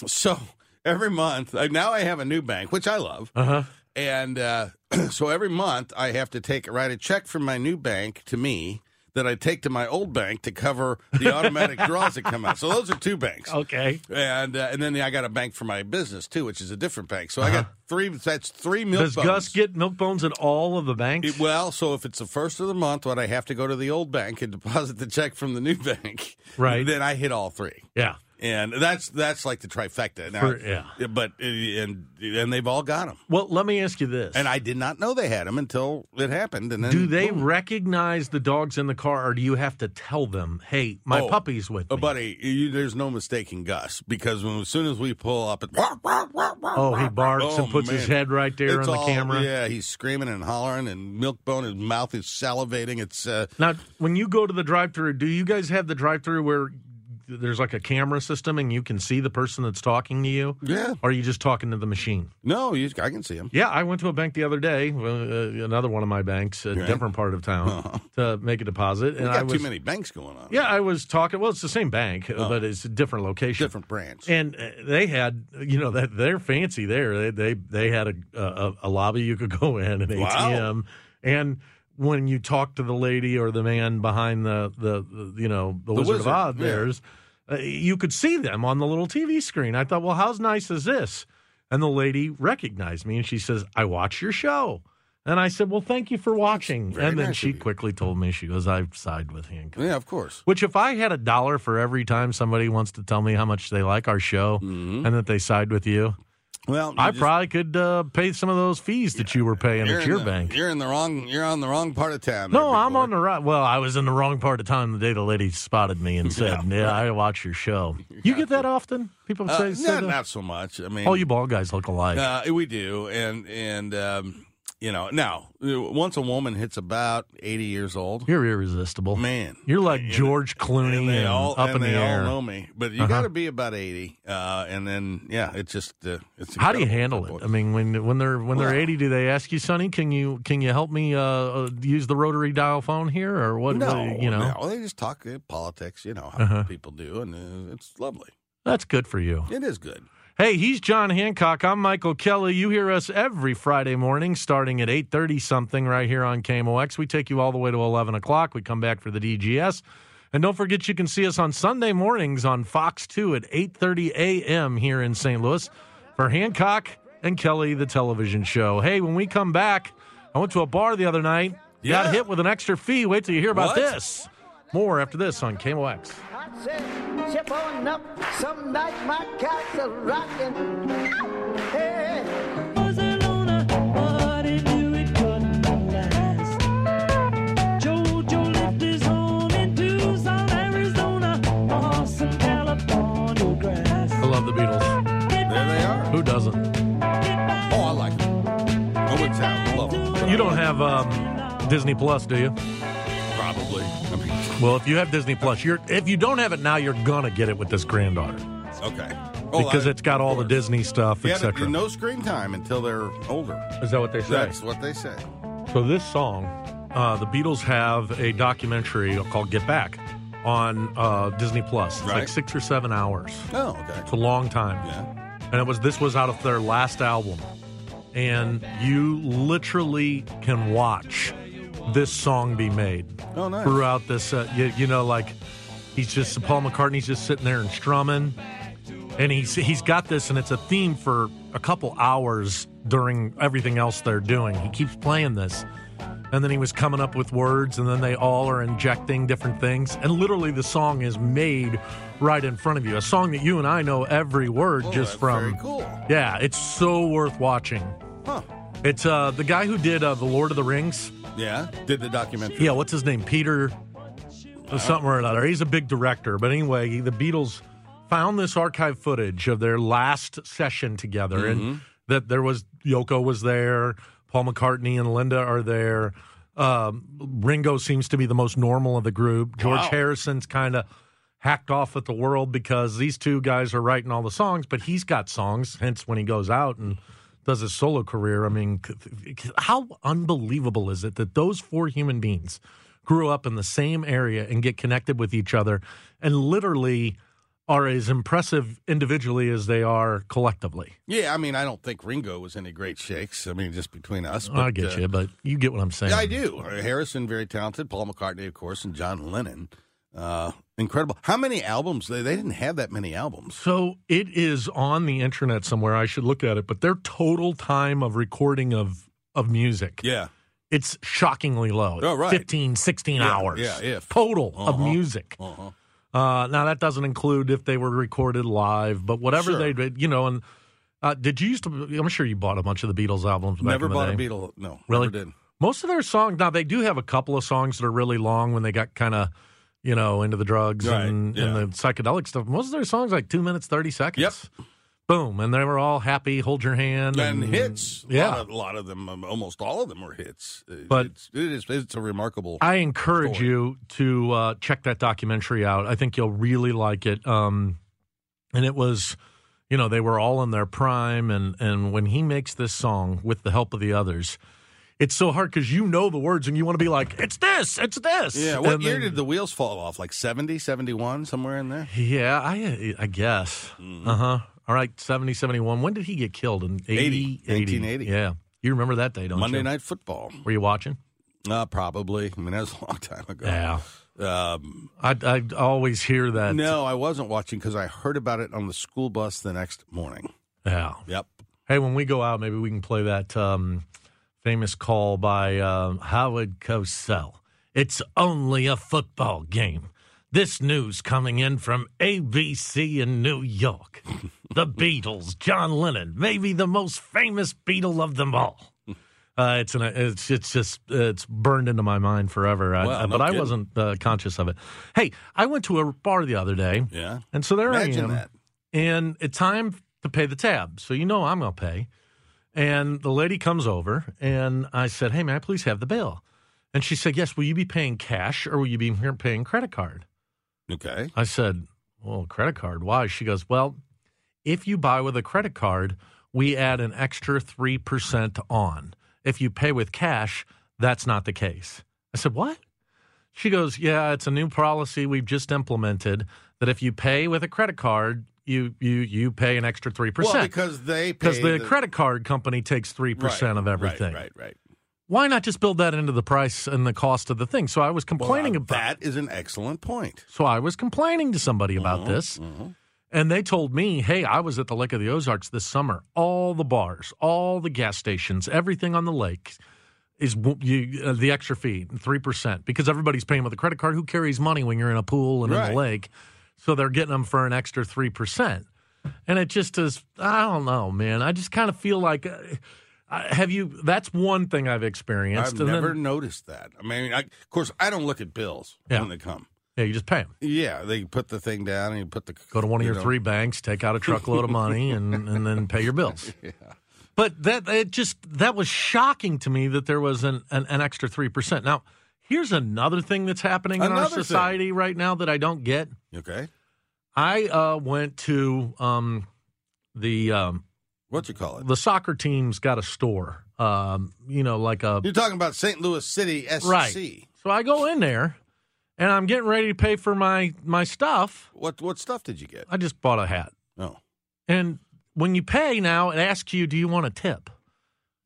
S7: So every month, I- now I have a new bank, which I love.
S6: Uh huh.
S7: And uh, (clears throat) so every month, I have to take write a check from my new bank to me that I take to my old bank to cover the
S6: (laughs)
S7: automatic draws that come out. So those are two banks
S6: Okay.
S7: and uh, and then I got a bank for my business too, which is a different bank. So I got three. That's three milk
S6: Uh-huh. Does
S7: bones.
S6: Gus get milk bones at all of the banks?
S7: It- well, so if it's the first of the month, what I have to go to the old bank and (laughs) deposit the check from the new bank.
S6: Right.
S7: Then I hit all three,
S6: yeah.
S7: and that's that's like the trifecta. Now,
S6: For- yeah.
S7: But and and they've all got them,
S6: Well, let me ask you this.
S7: and I did not know they had them until it happened. And then
S6: do they
S7: boom.
S6: recognize the dogs in the car, or do you have to tell them, "Hey, my
S7: Oh,
S6: puppy's with
S7: Oh,
S6: me"?
S7: buddy, you, there's no mistaking Gus because when, as soon as we pull up, it,
S6: Oh,
S7: oh,
S6: he barks and puts his head right there on the camera.
S7: Yeah, he's screaming and hollering, and Milkbone, his mouth is salivating. It's uh,
S6: Now, when you go to the drive-through, do you guys have the drive-through where there's like a camera system and you can see the person that's talking to you?
S7: yeah,
S6: Or are you just talking to the machine?
S7: no, you, I can see him.
S6: Yeah, I went to a bank the other day, uh, another one of my banks, a
S7: Yeah. Uh-huh.
S6: different part of
S7: (laughs)
S6: town, to make a deposit, and
S7: We
S6: I
S7: got
S6: was
S7: too many Oh. banks going on.
S6: yeah, I was talking. Well, it's the same bank, but it's a different location.
S7: different branch.
S6: And uh, they had, you know, that they're fancy there. They they, they had a, a a lobby you could go in, an
S7: Wow.
S6: ATM, and when you talk to the lady or the man behind the the, the, you know the, Wizard, of
S7: wizard,
S6: Oz,
S7: yeah.
S6: there's uh, you could see them on the little TV screen. I thought, well, how's nice is this? And the lady recognized me, and she says, "I watch your show." And I said, "Well, thank you for watching."
S7: very
S6: and then
S7: nice
S6: she
S7: of you.
S6: quickly told me she goes, "I've side with Hank."
S7: yeah, of course.
S6: Which, if I had a dollar for every time somebody wants to tell me how much they like our show and that they side with you,
S7: Well, Mm-hmm. you
S6: I
S7: just-
S6: probably could uh, pay some of those fees that you were paying
S7: you're
S6: at
S7: in
S6: your
S7: the-
S6: bank.
S7: You're in the wrong. You're on the wrong part of town.
S6: No, I'm on the right. Well, I was in the wrong part of town the day the lady spotted me
S7: (laughs)
S6: and said, "Yeah, I watch your show." You get that often? People say,
S7: Uh,
S6: say
S7: not,
S6: that?
S7: not so much. I mean,
S6: "All Oh, you bald guys look alike."
S7: Uh, we do, and and um, you know now uh, once a woman hits about eighty years old,
S6: You're irresistible,
S7: Oh, man,
S6: You're like George Clooney and,
S7: and they all
S6: up
S7: and
S6: in the
S7: they all
S6: air. Uh-huh.
S7: know me. But you got to be about eighty, uh, and then yeah, it's just uh, it's.
S6: How do you handle
S7: incredible.
S6: it? I mean, when when they're when they're
S7: Well-
S6: eighty, do they ask you, Sonny? Can you can you help me uh, uh, use the rotary dial phone here, or what?
S7: no,
S6: what- you know, Uh-huh.
S7: no, they just talk uh, politics. You know how people do, and uh, it's lovely.
S6: that's good for you.
S7: It is good.
S6: Hey, he's John Hancock. I'm Michael Kelly. You hear us every Friday morning, starting at eight thirty something, right here on KMOX. We take you all the way to eleven o'clock. We come back for the DGS, and don't forget you can see us on Sunday mornings on Fox Two at eight thirty a.m. here in St. Louis for Hancock and Kelly, the television show. Hey, when we come back, I went to a bar the other night.
S7: Yeah.
S6: Got hit with an extra fee. Wait till you hear about
S7: What?
S6: this. More after this on KMOX.
S8: I said, chip on up. Some night my cats are rocking. Hey,
S6: I love the Beatles.
S7: There they are.
S6: Who doesn't?
S7: Oh, I like them. I would say I love them. but I
S6: You don't
S7: like
S6: have um, Disney Plus, do you?
S7: them Probably. (laughs) I mean,
S6: Well, if you have Disney Plus, you're if you don't have it now, you're gonna get it with this granddaughter
S7: okay. Oh,
S6: because
S7: I-
S6: it's got all the
S7: of course.
S6: Disney stuff,
S7: Yeah,
S6: etc.
S7: no screen time until they're older.
S6: Is that what they say?
S7: That's what they say.
S6: So this song, uh, the Beatles have a documentary called "Get Back" on uh, Disney Plus. It's like
S7: Right.
S6: six or seven hours.
S7: Oh, okay.
S6: It's a long time.
S7: Yeah.
S6: and it was this was out of their last album and you literally can watch this song be made
S7: Oh, nice.
S6: throughout this uh, you, you know like he's just paul mccartney's just sitting there and strumming and he's he's got this and it's a theme for a couple hours during everything else they're doing he keeps playing this and then he was coming up with words and then they all are injecting different things and literally the song is made right in front of you a song that you and i know every word
S7: Oh,
S6: just
S7: that's
S6: from
S7: Very cool.
S6: yeah, it's so worth watching.
S7: Huh.
S6: It's uh, the guy who did uh, the Lord of the Rings.
S7: Yeah. Did the documentary.
S6: Yeah, what's his name? Peter, or something or another. He's a big director, but anyway, he- the Beatles found this archive footage of their last session together, and that there was Yoko was there, Paul McCartney and Linda are there. Um, Ringo seems to be the most normal of the group. George
S7: Wow.
S6: Harrison's kind of hacked off at the world because these two guys are writing all the songs, but he's got songs. Hence, when he goes out and does his solo career, I mean, c- c- how unbelievable is it that those four human beings grew up in the same area and get connected with each other and literally are as impressive individually as they are collectively?
S7: Yeah, I mean, I don't think Ringo was any great shakes. I mean, just between us. But,
S6: I get
S7: uh,
S6: you, but you get what I'm saying.
S7: Yeah, I do. Uh, Harrison, very talented. Paul McCartney, of course, and John Lennon. Uh, incredible. How many albums? They, they didn't have that many albums.
S6: So it is on the internet somewhere. I should look at it, but their total time of recording of of music.
S7: Yeah.
S6: it's shockingly low.
S7: Oh, right.
S6: 15, 16
S7: Yeah,
S6: hours
S7: yeah, if.
S6: total of
S7: Uh-huh.
S6: music.
S7: Uh-huh.
S6: Uh, now, that doesn't include if they were recorded live, but whatever
S7: Sure.
S6: they did, you know, and uh, did you used to, I'm sure you bought a bunch of the Beatles albums back
S7: Never
S6: in the
S7: bought a
S6: day.
S7: Beatle. No.
S6: Really?
S7: Never did.
S6: Most of their songs, now they do have a couple of songs that are really long when they got kind of, you know, into the drugs
S7: Right,
S6: and,
S7: yeah.
S6: and the psychedelic stuff. Most of their songs like two minutes, 30 seconds. Yep. Boom. And they were all happy, hold your hand.
S7: and hits. A
S6: Mm. yeah.
S7: lot of, a lot of them, um, almost all of them were hits. Uh,
S6: But-
S7: it's, it is, it's a remarkable.
S6: I encourage
S7: story.
S6: you to uh, check that documentary out. I think you'll really like it. Um, and it was, you know, they were all in their prime, and and when he makes this song with the help of the others, it's so hard because you know the words and you want to be like, it's this, it's this.
S7: yeah. What
S6: And
S7: year
S6: then-
S7: did the wheels fall off? Like 70, 71, somewhere in there?
S6: Yeah, I I guess.
S7: Mm-hmm.
S6: Uh huh. All right, 70, 71. When did he get killed? In 80,
S7: 80, 1980.
S6: Yeah. You remember that day, don't
S7: Monday
S6: you?
S7: Night Football.
S6: Were you watching?
S7: Uh, probably. I mean, that was a long (laughs) time ago.
S6: Yeah.
S7: Um,
S6: I, I always hear that.
S7: no, I wasn't watching because I heard about it on the school bus the next morning.
S6: Yeah.
S7: Yep.
S6: Hey, when we go out, maybe we can play that um, famous call by um, Howard Cosell. It's only a football game. This news coming in from ABC in New York.
S7: (laughs)
S6: The Beatles, John Lennon, maybe the most famous Beatle of them all.
S7: (laughs)
S6: Uh, it's an, it's it's just it's burned into my mind forever. I,
S7: Wow, no
S6: but I
S7: kidding.
S6: wasn't uh, conscious of it. Hey, I went to a bar the other day,
S7: Yeah.
S6: and so there I
S7: Imagine
S6: am
S7: that.
S6: and it's time to pay the tab. So you know I'm going to pay. And the lady comes over, and I said, Hey, may I please have the bill? And she said, Yes, will you be paying cash or will you be paying credit card?
S7: Um, Okay.
S6: I said, Well, credit card. Why? She goes, Well, if you buy with a credit card, we add an extra 3% on. If you pay with cash, that's not the case. I said, What? She goes, Yeah, it's a new policy we've just implemented that if you pay with a credit card, you you you pay an extra three
S7: Well,
S6: percent
S7: because they
S6: because
S7: pay
S6: the, credit card company takes three
S7: Right,
S6: percent of
S7: right,
S6: everything.
S7: Right, right.
S6: Why not just build that into the price and the cost of the thing? So I was
S7: Well,
S6: complaining
S7: uh,
S6: about
S7: that is an excellent point.
S6: So I was complaining to somebody about
S7: Uh-huh,
S6: this, and they told me, "Hey, I was at the Lake of the Ozarks this summer. All the bars, all the gas stations, everything on the lake is w- you, uh, the extra fee, three percent, because everybody's paying with a credit card. Who carries money when you're in a pool and in
S7: Right.
S6: the lake? So they're getting them for an extra three percent, and it just is. I don't know, man. I just kind of feel like." Uh, I- have you? That's one thing I've experienced.
S7: I've
S6: and then-
S7: never noticed that. I mean, I, of course, I don't look at bills
S6: Yeah.
S7: when they come.
S6: yeah, you just pay 'em.
S7: Yeah, they put the thing down and you put the
S6: go to one of
S7: you
S6: your
S7: know.
S6: three banks, take out a truckload of money,
S7: (laughs)
S6: and, and then pay your bills. But that it just that was shocking to me that there was an an, an extra three percent. Now, here's another thing that's happening in our
S7: Another thing.
S6: society right now that I don't get.
S7: Okay,
S6: I uh, went to um, the um,
S7: what you call it?
S6: the soccer team's got a store, um, you know, like a
S7: You're talking about St. Louis City SC.
S6: right. So I go in there, and I'm getting ready to pay for my my stuff.
S7: What what stuff did you get? Oh,
S6: I just bought a hat.
S7: No.
S6: And when you pay now, it asks you, do you want a tip?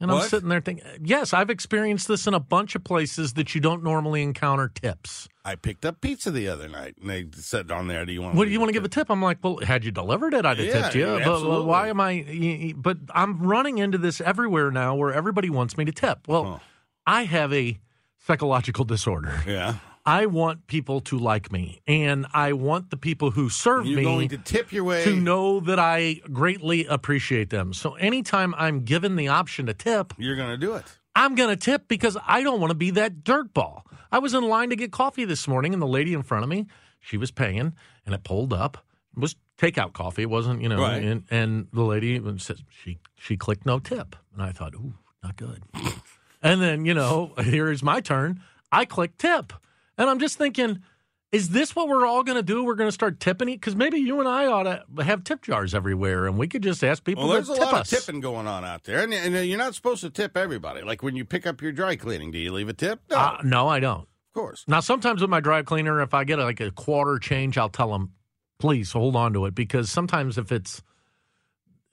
S6: And I'm
S7: What?
S6: sitting there thinking, yes, I've experienced this in a bunch of places that you don't normally encounter tips.
S7: I picked up pizza the other night, and they said on there, "Do you want?
S6: What do you want to give a tip? I'm like, well, had you delivered it, I'd have
S7: Yeah,
S6: tipped you.
S7: yeah,
S6: but- but,
S7: absolutely.
S6: why am I? y- y- But I'm running into this everywhere now, where everybody wants me to tip. Well,
S7: Huh.
S6: I have a psychological disorder.
S7: Yeah,
S6: I want people to like me, and I want the people who serve
S7: you're
S6: me
S7: going to tip your way.
S6: to know that I greatly appreciate them. So anytime I'm given the option to tip,
S7: You're going to do it.
S6: I'm going to tip because I don't want to be that dirtball. I was in line to get coffee this morning, and the lady in front of me, she was paying, and it pulled up. It was takeout coffee. It wasn't, you know,
S7: Right.
S6: and, and the lady says she she clicked no tip, and I thought, ooh, not good. (laughs) and then you know, here's my turn. I click tip, and I'm just thinking. Is this what we're all going to do? We're going to start tipping Because maybe you and I ought to have tip jars everywhere, and we could just ask people
S7: Well,
S6: to
S7: there's a
S6: tip
S7: lot
S6: us.
S7: of tipping going on out there, and, and you're not supposed to tip everybody. Like when you pick up your dry cleaning, do you leave a tip? No,
S6: Uh, no, I don't.
S7: of course.
S6: Now, sometimes with my dry cleaner, if I get like a quarter change, I'll tell them, please hold on to it because sometimes if it's,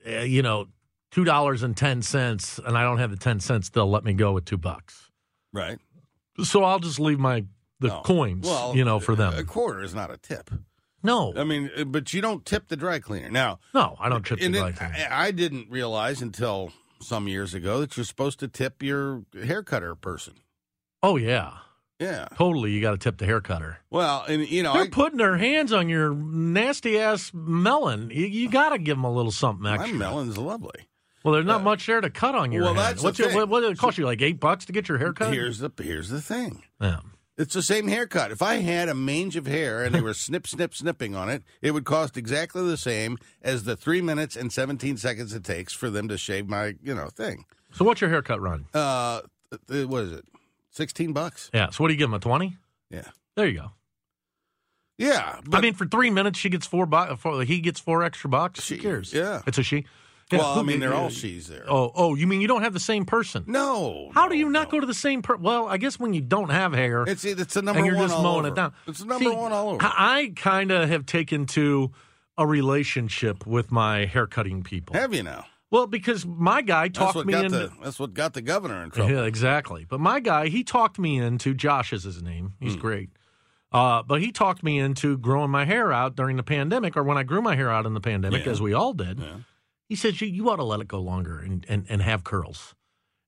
S6: uh, you know, two dollars and ten cents, and I don't have the ten cents, they'll let me go with two bucks.
S7: Right.
S6: So I'll just leave my the
S7: No.
S6: coins,
S7: Well,
S6: you know, for them.
S7: A quarter is not a tip.
S6: no,
S7: I mean, uh, but you don't tip the dry cleaner now.
S6: no, I don't tip the
S7: and it- eh,
S6: dry cleaner.
S7: I, I didn't realize until some years ago that you're supposed to tip your haircutter person.
S6: oh yeah,
S7: Yeah.
S6: totally. You got to tip the hair cutter.
S7: Well, and you know,
S6: They're
S7: I,
S6: putting their hands on your nasty ass melon. You, you got to give them a little something
S7: my
S6: extra.
S7: melon's lovely.
S6: Well, there's not much there to cut on your
S7: well,
S6: head.
S7: that's the
S6: What's your,
S7: thing.
S6: what, what did it cost you? Like eight bucks to get your hair cut?
S7: Here's the here's the thing.
S6: yeah.
S7: It's the same haircut. If I had a mange of hair and they were snip, snip, snipping on it, it would cost exactly the same as the three minutes and 17 seconds it takes for them to shave my, you know, thing.
S6: So what's your haircut run?
S7: Uh, th- what is it? 16 bucks.
S6: Yeah. So what do you give him a twenty?
S7: Yeah.
S6: There you go.
S7: Yeah. But
S6: I mean, for three minutes, she gets four. Bu- four he gets four extra bucks.
S7: She-
S6: who cares?
S7: yeah.
S6: It's a she. Yeah,
S7: Well, I
S6: who-
S7: mean, they're all she's there.
S6: Oh, oh, you mean you don't have the same person?
S7: No.
S6: How do
S7: no,
S6: you not
S7: no.
S6: go to the same person? Well, I guess when you don't have hair,
S7: It's it's the number
S6: and you're
S7: one
S6: just
S7: all
S6: mowing
S7: over.
S6: it down.
S7: It's the number
S6: See,
S7: one all over.
S6: I, I kind of have taken to a relationship with my haircutting people.
S7: Have you now?
S6: Well, because my guy
S7: That's
S6: talked
S7: what
S6: me
S7: got
S6: into
S7: the that's what got the governor in trouble.
S6: Yeah, exactly. But my guy, he talked me into Josh is his name.
S7: Hmm.
S6: He's great. Uh, but he talked me into growing my hair out during the pandemic, or when I grew my hair out in the pandemic,
S7: Yeah.
S6: as we all did. He said, you, you ought to let it go longer and, and, and have curls.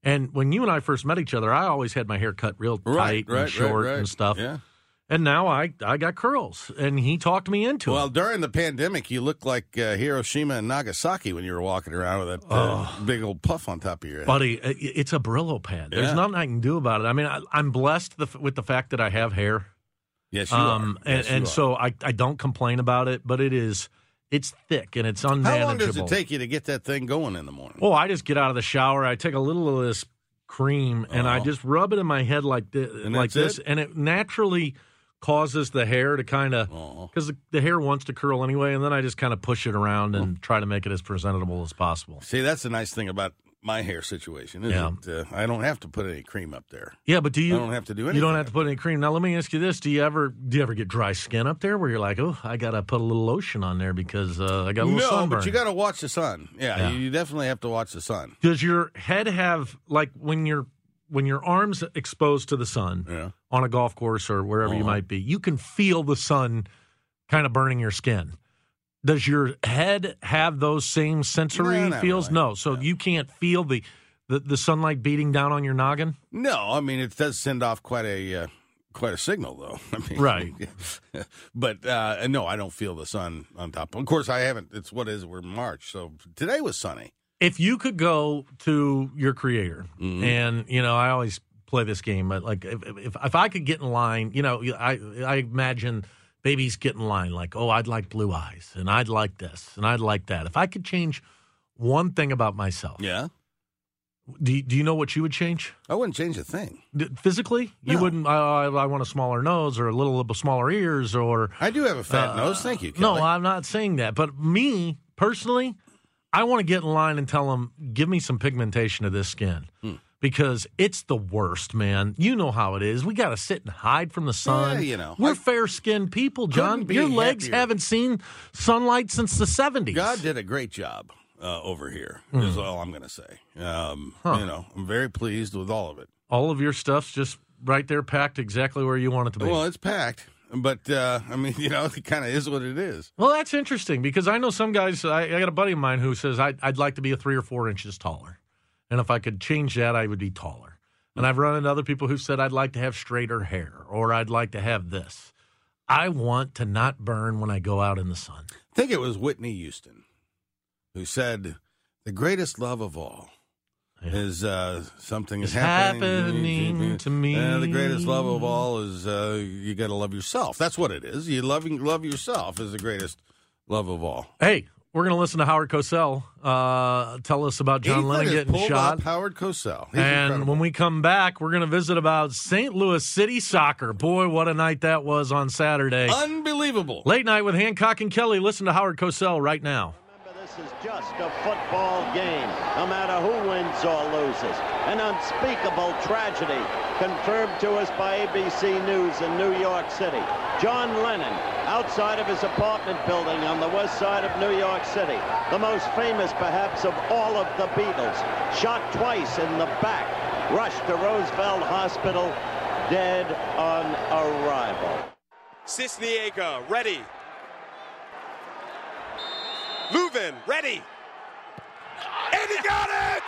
S6: And when you and I first met each other, I always had my hair cut real tight
S7: Right, right,
S6: and short
S7: right, right.
S6: and stuff.
S7: Yeah.
S6: And now I, I got curls, and he talked me into
S7: Well,
S6: it.
S7: during the pandemic, you looked like uh, Hiroshima and Nagasaki when you were walking around with that uh,
S6: Oh.
S7: big old puff on top of your head.
S6: Buddy, i- it's a Brillo pad. There's
S7: Yeah.
S6: nothing I can do about it. I mean, I, I'm blessed the, f- with the fact that I have hair.
S7: yes, you
S6: Um,
S7: are.
S6: and,
S7: Yes, you
S6: and
S7: are.
S6: so I, I don't complain about it, but it is it's thick and it's unmanageable.
S7: how long does it take you to get that thing going in the morning?
S6: Oh, I just get out of the shower, I take a little of this cream, and I
S7: Oh.
S6: just rub it in my head like this,
S7: And
S6: like
S7: that's
S6: this,
S7: it?
S6: and it naturally causes the hair to kind of
S7: Oh.
S6: because the, the hair wants to curl anyway, and then I just kind of push it around and try to make it as presentable as possible.
S7: See, that's the nice thing about my hair situation. Is
S6: Yeah.
S7: it, uh, I don't have to put any cream up there.
S6: Yeah, but do you?
S7: I don't have to do
S6: You
S7: anything.
S6: don't have to put any cream. Now, let me ask you this: Do you ever do you ever get dry skin up there where you're like, oh, I gotta put a little lotion on there because uh, I got a little
S7: no,
S6: sunburn?
S7: but you got to watch the sun. Yeah,
S6: Yeah.
S7: you definitely have to watch the sun.
S6: Does your head have like when your when your arms exposed to the sun
S7: Yeah.
S6: on a golf course or wherever
S7: Uh-huh.
S6: you might be, you can feel the sun kind of burning your skin. Does your head have those same sensory
S7: No, not
S6: feels?
S7: really.
S6: No, so you can't feel the, the the sunlight beating down on your noggin.
S7: No, I mean it does send off quite a uh, quite a signal though. (laughs) I mean,
S6: Right.
S7: but uh, no, I don't feel the sun on top. Of course, I haven't. It's what it is. We're in March, so today was sunny.
S6: if you could go to your creator
S7: Mm-hmm.
S6: and you know i always play this game but like if, if, if i could get in line you know i i imagine babies get in line like oh i'd like blue eyes and i'd like this and i'd like that if i could change one thing about myself
S7: Yeah,
S6: do, do you know what you would change
S7: I wouldn't change a thing.
S6: D- physically you
S7: No.
S6: wouldn't I, I, I want a smaller nose or a little, little smaller ears or
S7: I do have a fat nose. Thank you.
S6: Uh, no
S7: Kelly.
S6: i'm not saying that but me personally I want to get in line and tell them, give me some pigmentation of this skin
S7: Hmm.
S6: because it's the worst, man. You know how it is. We got to sit and hide from the sun.
S7: Yeah, you know.
S6: we're
S7: I
S6: fair-skinned people, John.
S7: couldn't be
S6: Your legs
S7: happier.
S6: haven't seen sunlight since the seventies.
S7: God did a great job uh, over here.
S6: Hmm.
S7: Is all I'm going to say. Um, You know, I'm very pleased with all of it.
S6: All of your stuff's just right there, packed exactly where you want it to be.
S7: Well, it's packed, but uh, I mean, (laughs) you know, it kind of is what it is.
S6: Well, that's interesting because I know some guys. I, I got a buddy of mine who says I, I'd like to be a three or four inches taller, and if I could change that, I would be taller. And I've run into other people who said I'd like to have straighter hair or I'd like to have this. I want to not burn when I go out in the sun.
S7: I think it was Whitney Houston who said, "The greatest love of all is uh, something is
S6: Is
S7: happening,
S6: happening to
S7: Uh, the
S6: me.
S7: greatest love of all is uh, you got to love yourself. That's what it is. You loving love yourself is the greatest love of all."
S6: Hey, we're going to listen to Howard Cosell uh, tell us about John
S7: He
S6: Lennon
S7: has
S6: getting
S7: pulled
S6: shot.
S7: Up Howard Cosell. He's
S6: and
S7: incredible.
S6: when we come back, we're going to visit about St. Louis City soccer. Boy, what a night that was on Saturday.
S7: Unbelievable.
S6: Late night with Hancock and Kelly. Listen to Howard Cosell right now.
S9: This is just a football game, no matter who wins or loses. An unspeakable tragedy confirmed to us by ABC News in New York City. John Lennon, outside of his apartment building on the west side of New York City, the most famous perhaps of all of the Beatles, shot twice in the back, rushed to Roosevelt Hospital, dead on arrival.
S10: Cisniega, ready. Leuven, ready. And he got it!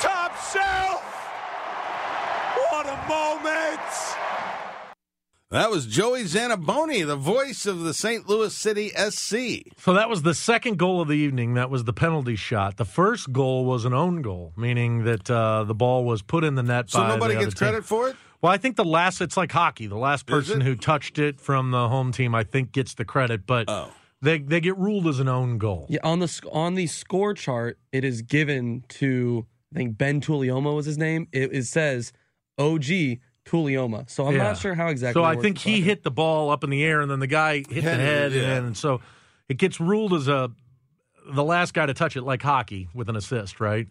S10: Top shelf! What a moment!
S7: That was Joey Zanaboni, the voice of the St. Louis City SC.
S6: So that was the second goal of the evening. That was the penalty shot. The first goal was an own goal, meaning that uh, the ball was put in the net
S7: So
S6: by
S7: nobody
S6: the other
S7: gets
S6: team.
S7: credit for it?
S6: Well, I think the last it's like hockey. The last person
S7: it?
S6: who touched it from the home team, I think, gets the credit, but
S7: Oh.
S6: they they get ruled as an own goal.
S11: Yeah, on the sc- on the score chart, it is given to I think Ben Tulioma was his name. It, it says OG Tulioma. So I'm
S6: Yeah.
S11: not sure how exactly.
S6: So
S11: it
S6: I
S11: works
S6: think
S11: in
S6: he
S11: soccer.
S6: hit the ball up in the air, and then the guy hit the
S7: Headed it,
S6: head,
S7: yeah.
S6: and so it gets ruled as a the last guy to touch it, like hockey, with an assist, right?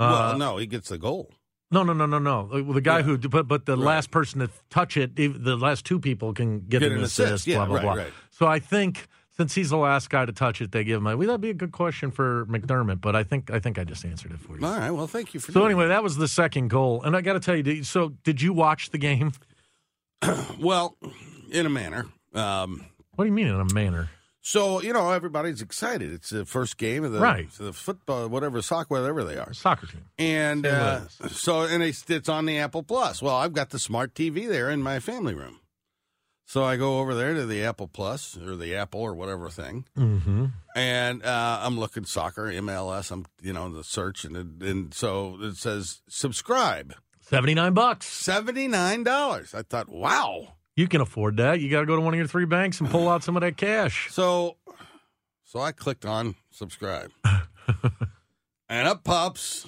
S6: Uh,
S7: well, no, he gets the goal.
S6: No, no, no, no, no. Well, the guy who, but but the last person to touch it, if- the last two people can get, an, assist.
S7: yeah,
S6: blah blah
S7: right,
S6: blah.
S7: right.
S6: So I think since he's the last guy to touch it, they give him. A, well, that'd be a good question for McDermott, but I think I think I just answered it for you.
S7: All right. Well, thank you for
S6: So
S7: doing
S6: anyway, that was the second goal, and I got to tell you. did- So did you watch the game?
S7: that. Well, in a manner. Um,
S6: What do you mean in a manner?
S7: so, you know, everybody's excited. It's the first game of the,
S6: Right.
S7: the football, whatever, soccer, whatever they are.
S6: Soccer team.
S7: And
S6: St.
S7: uh, so, and it's, it's on the Apple Plus. Well, I've got the smart TV there in my family room. So I go over there to the Apple Plus or the Apple or whatever thing.
S6: Mm-hmm.
S7: and uh, I'm looking soccer MLS. I'm you know the search and and so it says subscribe
S6: Seventy nine bucks.
S7: seventy nine dollars. I thought wow.
S6: You can afford that. You got to go to one of your three banks and pull out some of that cash.
S7: So
S6: (laughs)
S7: so I clicked on subscribe, and up pops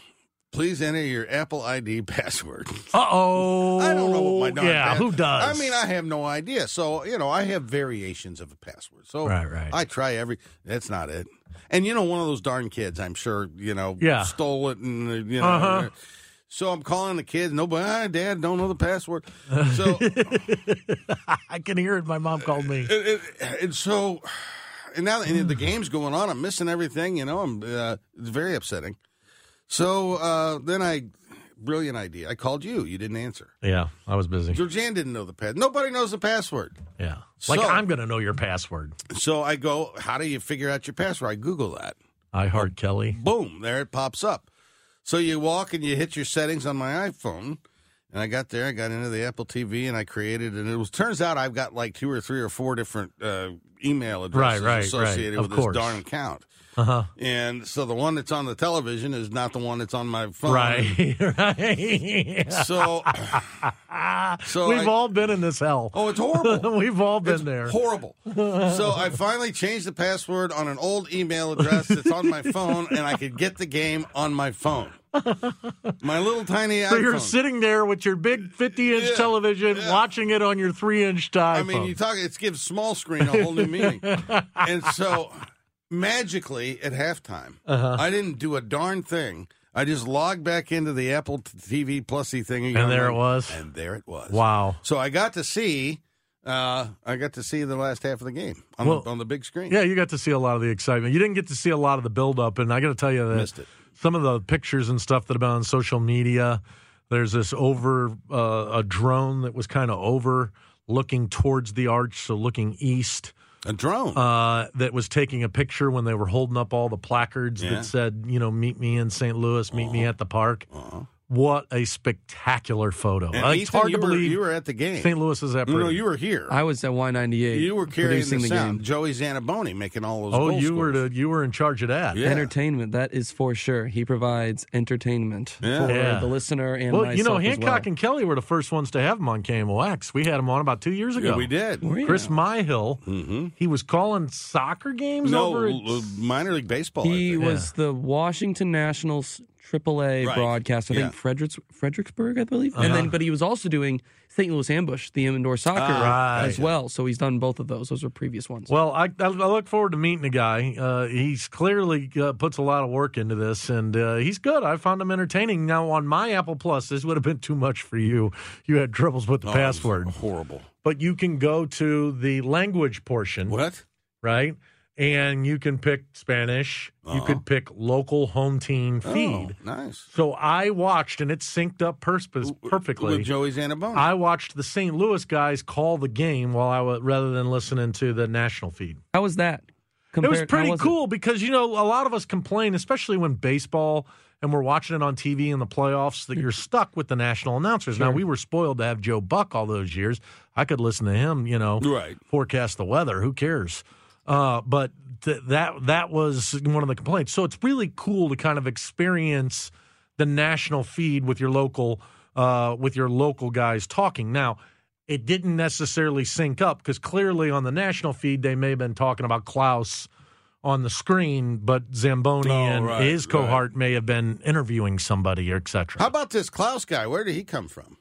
S7: Please enter your Apple ID password.
S6: Uh oh.
S7: I don't know what my darn
S6: Yeah,
S7: pass-
S6: who does?
S7: I mean, I have no idea. So you know, I have variations of a password. So
S6: Right, right.
S7: I try every. That's not it. And you know, one of those darn kids, I'm sure you know,
S6: Yeah.
S7: stole it, and uh, you know.
S6: Uh-huh.
S7: So I'm calling the kids. Nobody, ah, Dad, don't know the password.
S6: (laughs)
S7: So
S6: I can hear it. My mom called me.
S7: and, and, and so, and now and the game's going on. I'm missing everything. You know, I'm uh, it's very upsetting. So uh, then I, brilliant idea. I called you. You didn't answer.
S6: Yeah, I was busy.
S7: Georgianne didn't know the pass. Nobody knows the password.
S6: Yeah. Like,
S7: So-
S6: I'm going to know your password.
S7: So I go, how do you figure out your password? I Google that.
S6: I heart Kelly.
S7: Boom, there it pops up. So you walk and you hit your settings on my iPhone. And I got there, I got into the Apple TV, and I created. And it was turns out I've got like two or three or four different uh, email addresses
S6: right, right.
S7: associated
S6: Of
S7: with
S6: course.
S7: this darn account.
S6: Uh huh.
S7: And so the one that's on the television is not the one that's on my
S6: (laughs)
S7: phone.
S6: Right. right. (laughs)
S7: So, so
S6: We've
S7: I-
S6: all been in this hell.
S7: Oh, it's horrible.
S6: (laughs) We've all been
S7: It's
S6: there.
S7: Horrible. So I finally changed the password on an old email address that's on my phone, and I could get the game on my phone. My little tiny
S6: so
S7: iPhone.
S6: you're sitting there with your big 50 inch
S7: Yeah,
S6: television,
S7: yeah.
S6: watching it on your three inch iPhone.
S7: I mean, you talk. It gives small screen a whole new
S6: (laughs)
S7: meaning. And so, magically at halftime,
S6: Uh-huh.
S7: I didn't do a darn thing. I just logged back into the Apple TV Plusy thing, again.
S6: And there it was.
S7: And there it was.
S6: wow.
S7: So I got to see. Uh, I got to see the last half of the game on,
S6: Well,
S7: the, on the big screen.
S6: Yeah, you got to see a lot of the excitement. You didn't get to see a lot of the buildup, and I got to tell you that
S7: Missed it.
S6: some of the pictures and stuff that have been on social media. There's this over uh, a drone that was kind of over looking towards the arch, so looking east.
S7: A drone.
S6: Uh, that was taking a picture when they were holding up all the placards
S7: Yeah. Uh-huh.
S6: that said, you know, meet me in St. Louis, meet me at the park. What a spectacular photo!
S7: And
S6: Like, it's
S7: Ethan,
S6: hard
S7: you
S6: to
S7: were,
S6: believe
S7: you were at the game.
S6: St. Louis is that
S7: No,
S6: pretty.
S7: no, you were here.
S11: I was at Y98.
S7: you were carrying the,
S11: producing the,
S7: sound.
S11: game.
S7: Joey Zanaboni making all those.
S6: oh,
S7: goal
S6: you were
S7: scores.
S6: the, you were in charge of that.
S7: Yeah.
S11: Entertainment, that is for sure. He provides entertainment
S7: Yeah.
S11: for
S6: Yeah.
S11: the listener and
S6: Well,
S11: myself
S6: you know,
S11: as
S6: Hancock
S11: well.
S6: and Kelly were the first ones to have him on KMOX. We had him on about two years ago.
S7: Yeah, we did. Mm-hmm.
S11: Were you?
S6: Chris Myhill, he was calling soccer games
S7: No,
S6: over. at-
S7: l- minor league baseball. I
S11: He
S7: think.
S11: was the Washington Nationals AAA
S7: Right.
S11: broadcast. I
S7: Yeah.
S11: think Fredericks, Fredericksburg, I believe. And
S6: Uh-huh.
S11: then, but he was also doing St. Louis Ambush, the indoor soccer
S6: Ah,
S11: as
S6: right.
S11: well. So he's done both of those. Those are previous ones.
S6: well, I, I look forward to meeting the guy. Uh, he's clearly uh, puts a lot of work into this, and uh, he's good. I found him entertaining. Now, on my Apple Plus, this would have been too much for you. You had troubles with the
S7: Oh, it was
S6: password,
S7: Horrible.
S6: but you can go to the language portion.
S7: What?
S6: right? And you can pick Spanish. You could pick local home team feed.
S7: Uh-huh. Oh, nice.
S6: So I watched, and it synced up pers- perfectly.
S7: With Joey Zanaboni.
S6: I watched the St. Louis guys call the game while I was rather than listening to the national feed.
S11: How was that?
S6: It was
S11: compared- how
S6: pretty
S11: was it?
S6: cool because you know a lot of us complain, especially when baseball and we're watching it on TV in the playoffs, that you're stuck with the national announcers. Now we were spoiled to have Joe Buck all those years. I could listen to him, you know,
S7: Right.
S6: forecast the weather. Who cares? Uh, but th- that that was one of the complaints. So it's really cool to kind of experience the national feed with your local uh, with your local guys talking. Now, it didn't necessarily sync up because clearly on the national feed they may have been talking about Klaus on the screen, but Zamboni
S7: Oh,
S6: and
S7: right,
S6: his
S7: right.
S6: cohort may have been interviewing somebody or etc.
S7: How about this Klaus guy? Where did he come from?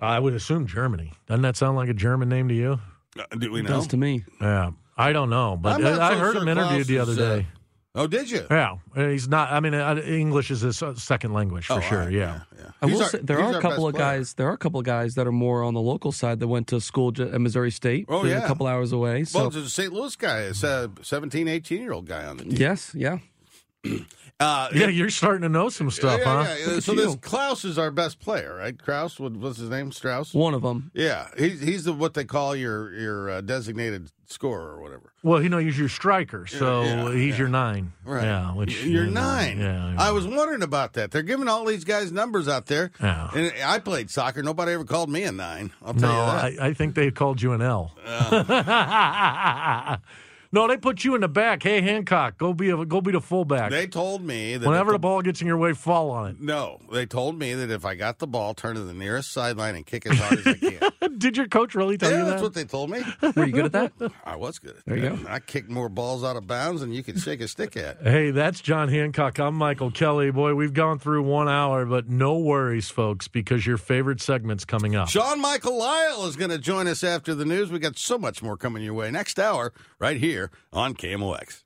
S6: I would assume Germany. Doesn't that sound like a German name to you?
S7: Uh, do we know?
S11: Does to me.
S6: Yeah, I don't know, but
S7: I'm not
S6: I, I
S7: so
S6: heard
S7: sure
S6: him interviewed the
S7: Klaus
S6: other
S7: is,
S6: day.
S7: Oh, did you?
S6: Yeah, and he's not. I mean, uh, English is his uh, second language for
S7: Oh,
S6: sure.
S7: all right,
S6: yeah.
S7: yeah.
S11: I
S7: He's
S11: will
S7: our-
S11: say there
S7: he's
S11: are
S7: our
S11: a couple
S7: best
S11: of
S7: player.
S11: guys. There are a couple of guys that are more on the local side that went to school j- at Missouri State.
S7: Oh,
S11: They're
S7: yeah.
S11: a couple hours away. So
S7: Well, there's a St. Louis guy, it's a 17, 18 year old guy on the team.
S11: yes, yeah.
S7: Uh,
S6: Yeah, you're starting to know some stuff,
S7: yeah,
S6: huh?
S7: yeah.
S11: Look at
S7: So this
S11: you.
S7: Klaus is our best player, right? Kraus, what, what's his name? Strauss.
S11: One of them.
S7: Yeah, he's he's the what they call your your uh, designated scorer or whatever.
S6: Well, you know, he's your striker, so
S7: yeah,
S6: he's your nine. Yeah, which
S7: Y- you're
S6: you know,
S7: nine.
S6: Yeah,
S7: I was wondering about that. They're giving all these guys numbers out there.
S6: Yeah.
S7: And I played soccer. Nobody ever called me a nine. I'll
S6: No,
S7: tell you that.
S6: I, I think they called you an L. (laughs) No, they put you in the back. Hey, Hancock, go be a, go be the fullback.
S7: They told me that
S6: Whenever
S7: if
S6: the ball gets in your way, fall on
S7: No, they told me that if I got the ball, turn to the nearest sideline and kick as hard as I can. yeah,
S6: it. Did your coach really tell you
S7: that's
S6: that?
S7: what they told me.
S11: Were you good at that?
S7: I was good. At
S11: There you
S7: that. I kicked more balls out of bounds than you could shake a stick at.
S6: Hey, that's John Hancock. I'm Michael Kelly. Boy, we've gone through one hour, but no worries, folks, because your favorite segment's coming up.
S7: Sean Michael Lyle is going to join us after the news. We got so much more coming your way next hour, right here on KMOX.